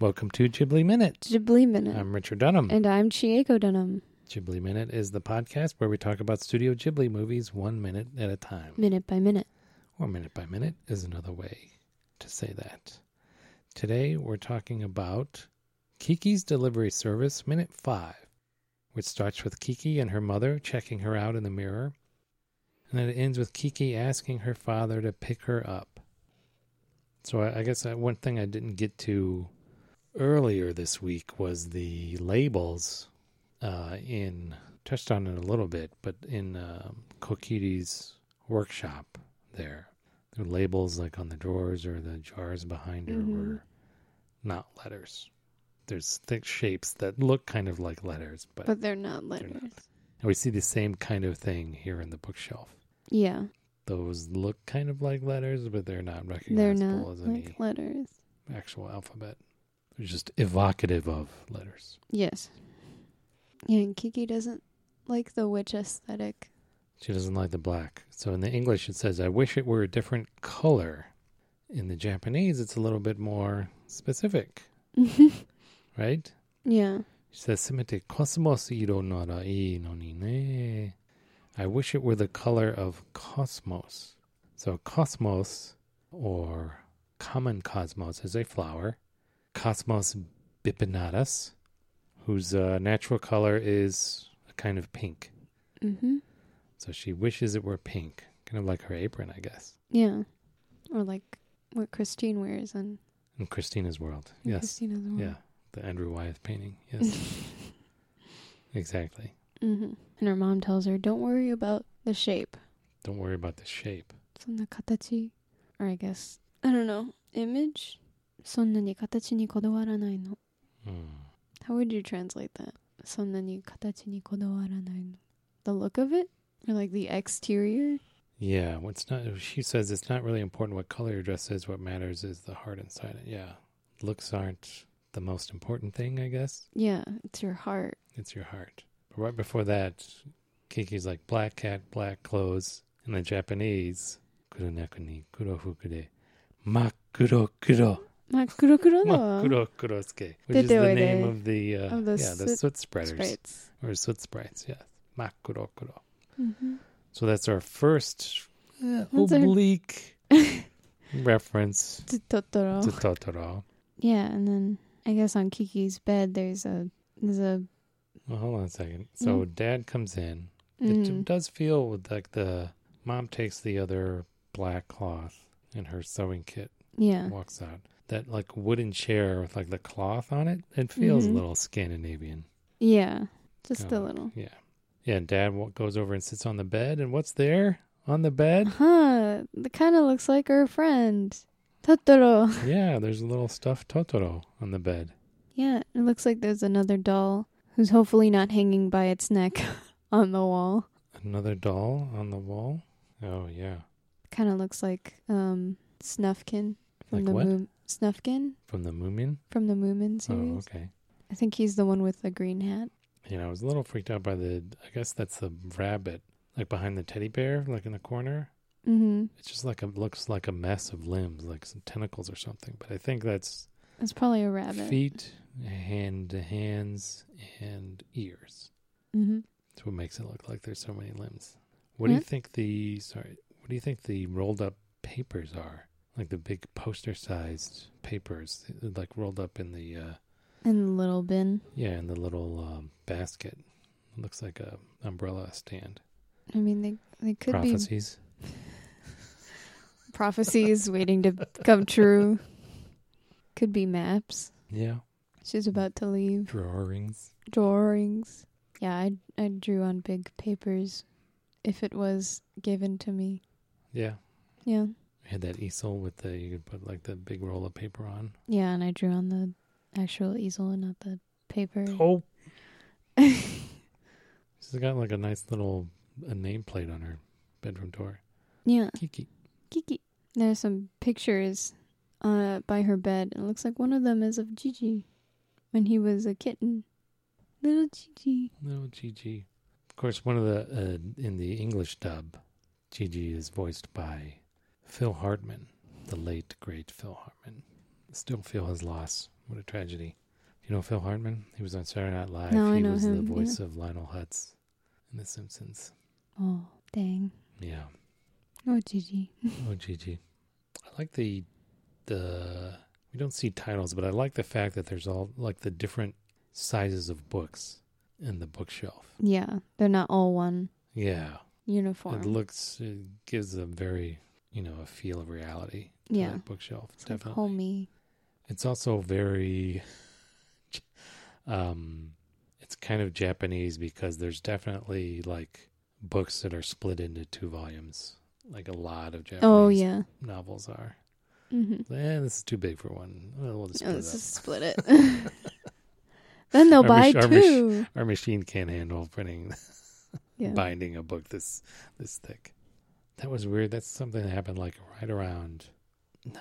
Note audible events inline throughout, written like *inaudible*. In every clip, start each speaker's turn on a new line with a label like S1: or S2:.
S1: Welcome to Ghibli Minute.
S2: Ghibli Minute.
S1: I'm Richard Dunham.
S2: and I'm Chieko Dunham.
S1: Ghibli Minute is the podcast where we talk about Studio Ghibli movies one minute at a time,
S2: Minute by minute.
S1: or minute by minute is another way to say that. Today we're talking about Kiki's Delivery Service, Minute 5, which starts with Kiki and her mother checking her out in the mirror, and then it ends with Kiki asking her father to pick her up. So I, I guess I, one thing I didn't get to earlier this week was the labels uh, in touched on it a little bit, but in uh, Kokiri's workshop there, the labels like on the drawers or the jars behind her
S2: Mhm.
S1: were not letters. There's thick shapes that look kind of like letters, but,
S2: But they're not
S1: They're
S2: letters.
S1: not. and we see the same kind of thing here in the bookshelf.
S2: Yeah.
S1: Those look kind of like letters, but they're not
S2: They're
S1: recognizable
S2: not
S1: as any
S2: like letters.
S1: actual alphabet. They're just evocative of letters.
S2: Yes. Yeah, and Kiki doesn't like the witch aesthetic.
S1: She doesn't like the black. So in the English, it says, I wish it were a different color. In the Japanese, it's a little bit more specific, right?
S2: *laughs* yeah.
S1: She says, "Semete cosmos iro nara ii no ni ne." I wish it were the color of cosmos. So cosmos, or common cosmos, is a flower. Cosmos bipinnatus, whose uh, natural color is a kind of pink.
S2: Mm-hmm.
S1: So she wishes it were pink, kind of like her apron, I guess.
S2: Yeah. Or like what Christine wears in,
S1: In Christina's world.
S2: in
S1: Yes.
S2: Christina's world.
S1: Yeah. The Andrew Wyeth painting. Yes. exactly.
S2: Mm-hmm. And her mom tells her, don't worry about the shape.
S1: Don't worry about the shape.
S2: そんな形 or I guess I don't know image そんなに形にこだわらないの
S1: Hmm.
S2: How would you translate that そんなに形にこだわらないの The look of it or like the exterior
S1: Yeah. What's not, uh, she says it's not really important what color your dress is. What matters is the heart inside it. Yeah. Looks aren't the most important thing, I guess.
S2: Yeah it's your heart
S1: It's your heart. But right before that, Kiki's like black cat, black clothes. In the Japanese, kuro naku ni kuro fuku de makuro kuro.
S2: 真っ黒黒だわ
S1: Makurokurosuke, which is the
S2: 出ておいで。
S1: name of the, uh,
S2: eh? Of the
S1: yeah, the soot
S2: soot
S1: spreaders
S2: スプレッツ
S1: or soot sprites. Yes, Makurokuro.
S2: うんふん
S1: So that's our first uh,
S2: That's our-
S1: oblique *laughs* reference
S2: ずっとトロ
S1: to Totoro.
S2: Yeah and then I guess on Kiki's bed there's a there's a
S1: Well, hold on a second. So Dad comes in. It
S2: mm,
S1: does feel like the mom takes the other black cloth and her sewing kit
S2: yeah
S1: walks out. That like wooden chair with like the cloth on it. It feels
S2: Mhm.
S1: a little Scandinavian.
S2: yeah just
S1: Oh,
S2: a little
S1: Yeah. Yeah, and dad wa- goes over and sits on the bed. And what's there on the
S2: *laughs*
S1: bed?
S2: Huh, Uh-huh, that kind of looks like her friend. Totoro.
S1: yeah, there's a little stuffed Totoro on the bed.
S2: Yeah, it looks like there's another doll who's hopefully not hanging by its neck *laughs* on the wall.
S1: Another doll on the wall. Oh, yeah.
S2: Kind of looks like um Snufkin from
S1: Like
S2: the
S1: what?
S2: Moom Snufkin
S1: From the Moomin?
S2: from the Moomin
S1: Oh,
S2: series.
S1: okay.
S2: I think he's the one with the green hat.
S1: You know, I was a little freaked out by the, I guess that's the rabbit, like behind the teddy bear, like in the corner.
S2: Mm-hmm.
S1: It's just like, a looks like a mess of limbs, like some tentacles or something. But I think that's
S2: It's probably a rabbit.
S1: feet, hand, hands, and ears.
S2: Mm-hmm.
S1: That's what makes it look like there's so many limbs. What do you
S2: Yeah.
S1: think the sorry? What do you think the rolled up papers are? Like the big poster sized papers, like rolled up in the uh,
S2: And the little bin.
S1: yeah, in the little um, basket. It looks like a umbrella stand.
S2: I mean, they they could
S1: Prophecies.
S2: be
S1: *laughs*
S2: prophecies waiting to come true. Could be maps.
S1: Yeah.
S2: She's about to leave.
S1: Drawings.
S2: drawings. Yeah, I I drew on big papers if it was given to me.
S1: Yeah.
S2: Yeah.
S1: We had that easel with the you could put like the big roll of paper on.
S2: Yeah, and I drew on the actual easel and not the paper.
S1: Oh.
S2: *laughs*
S1: She's got like a nice little a nameplate on her bedroom door.
S2: Yeah.
S1: Kiki.
S2: Kiki. There's some pictures uh by her bed and it looks like one of them is of Gigi when he was a kitten. Little Gigi.
S1: No, Gigi. Of course, one of the uh, in the English dub, Gigi is voiced by Phil Hartman, the late great Phil Hartman. Still feel his loss What a tragedy. You know Phil Hartman? He was on Saturday Night Live.
S2: No, I
S1: he
S2: know
S1: was the
S2: him, yeah.
S1: voice of Lionel Hutz in The Simpsons.
S2: Oh, dang.
S1: Yeah.
S2: Oh, Gigi.
S1: Oh, GG. I like the the we don't see titles, but I like the fact that there's all like the different sizes of books in the bookshelf.
S2: Yeah, they're not all one
S1: Yeah,
S2: uniform.
S1: it looks it gives a very you know a feel of reality. To
S2: Yeah.
S1: that bookshelf
S2: it's like
S1: uh, definitely.
S2: homey.
S1: It's also very um, it's kind of Japanese because there's definitely like books that are split into two volumes, like a lot of Japanese
S2: Oh, yeah.
S1: novels are.
S2: Mm-hmm.
S1: Eh, this is too big for one. Well, we'll just split it
S2: let's
S1: up.
S2: just
S1: *laughs*
S2: split it. *laughs* then they'll
S1: Our
S2: buy
S1: mach- our mach-
S2: two.
S1: Our machine can't handle printing, *laughs*
S2: Yeah.
S1: binding a book this this thick. That was weird. That's something that happened like right around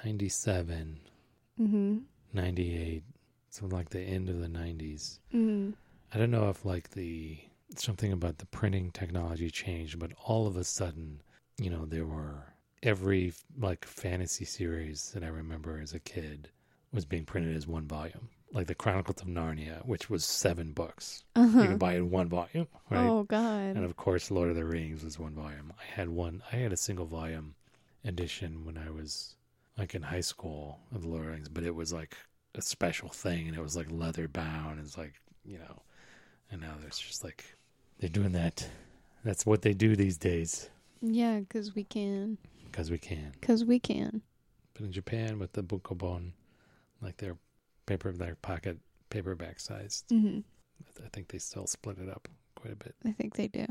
S1: 97,
S2: Mm-hmm.
S1: 98, something like the end of the 90s.
S2: Mm-hmm.
S1: I don't know if like the something about the printing technology changed, but all of a sudden, you know, there were every like fantasy series that I remember as a kid was being printed as one volume. Like the Chronicles of Narnia, which was seven books. You
S2: Uh-huh.
S1: could buy it in one volume, right?
S2: Oh,
S1: And
S2: God.
S1: of course, Lord of the Rings was one volume. I had one. I had a single volume edition when I was like in high school of the Lord of the Rings, but it was like a special thing, and it was like leather bound. It's like you know, and now there's just like they're doing that. That's what they do these days
S2: Yeah, because we can.
S1: because we can.
S2: Because we can.
S1: But in Japan, with the bukobon, like their paper, their pocket paperback sized,
S2: Mm-hmm.
S1: I think they still split it up quite a bit.
S2: I think they do.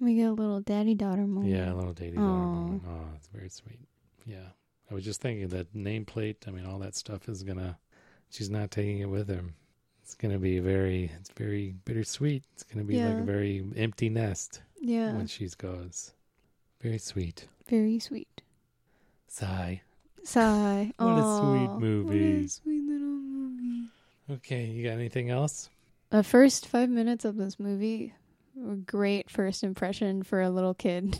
S2: We get a little daddy-daughter moment.
S1: Yeah, a little dating
S2: Mm. Aw.
S1: Oh, it's very sweet. Yeah. I was just thinking that nameplate, I mean all that stuff is gonna she's not taking it with her. It's gonna be very it's very bittersweet. It's gonna be like
S2: Yeah.
S1: a very empty nest
S2: Yeah,
S1: when she goes. Very sweet.
S2: very sweet.
S1: Sigh.
S2: Sigh.
S1: *laughs* What a sweet
S2: Aw, What
S1: movie.
S2: a sweet little movie.
S1: Okay, you got anything
S2: *laughs*
S1: else?
S2: The first five minutes of this movie were great first impression for a little kid,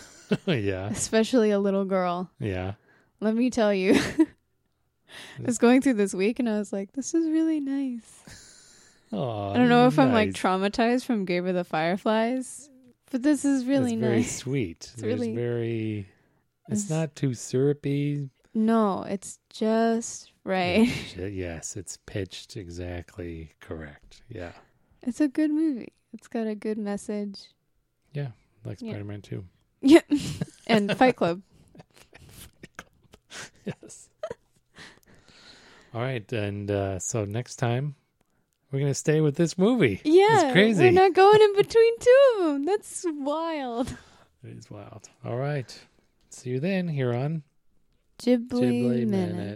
S2: *laughs*
S1: yeah.
S2: especially a little girl.
S1: Yeah.
S2: Let me tell you. *laughs* I was going through this week and I was like, this is really nice.
S1: Aw,
S2: I don't know if I'm like
S1: nice.
S2: traumatized from Gabe of the Fireflies, but this is really
S1: it's very
S2: nice.
S1: sweet. It's
S2: really-
S1: very
S2: It's-
S1: it's not too syrupy.
S2: No, it's just right.
S1: yes, it's pitched exactly correct. Yeah.
S2: It's a good movie. It's got a good message.
S1: like
S2: Yeah.
S1: Spider Man Two.
S2: Yeah. *laughs* and Fight Club.
S1: Yes. All right, and uh, so next time we're gonna stay with this movie.
S2: Yeah.
S1: crazy.
S2: We're not going in between two of them. That's wild.
S1: It is wild. All right, see you then here on
S2: Ghibli,
S1: Ghibli
S2: Minute.
S1: Minute.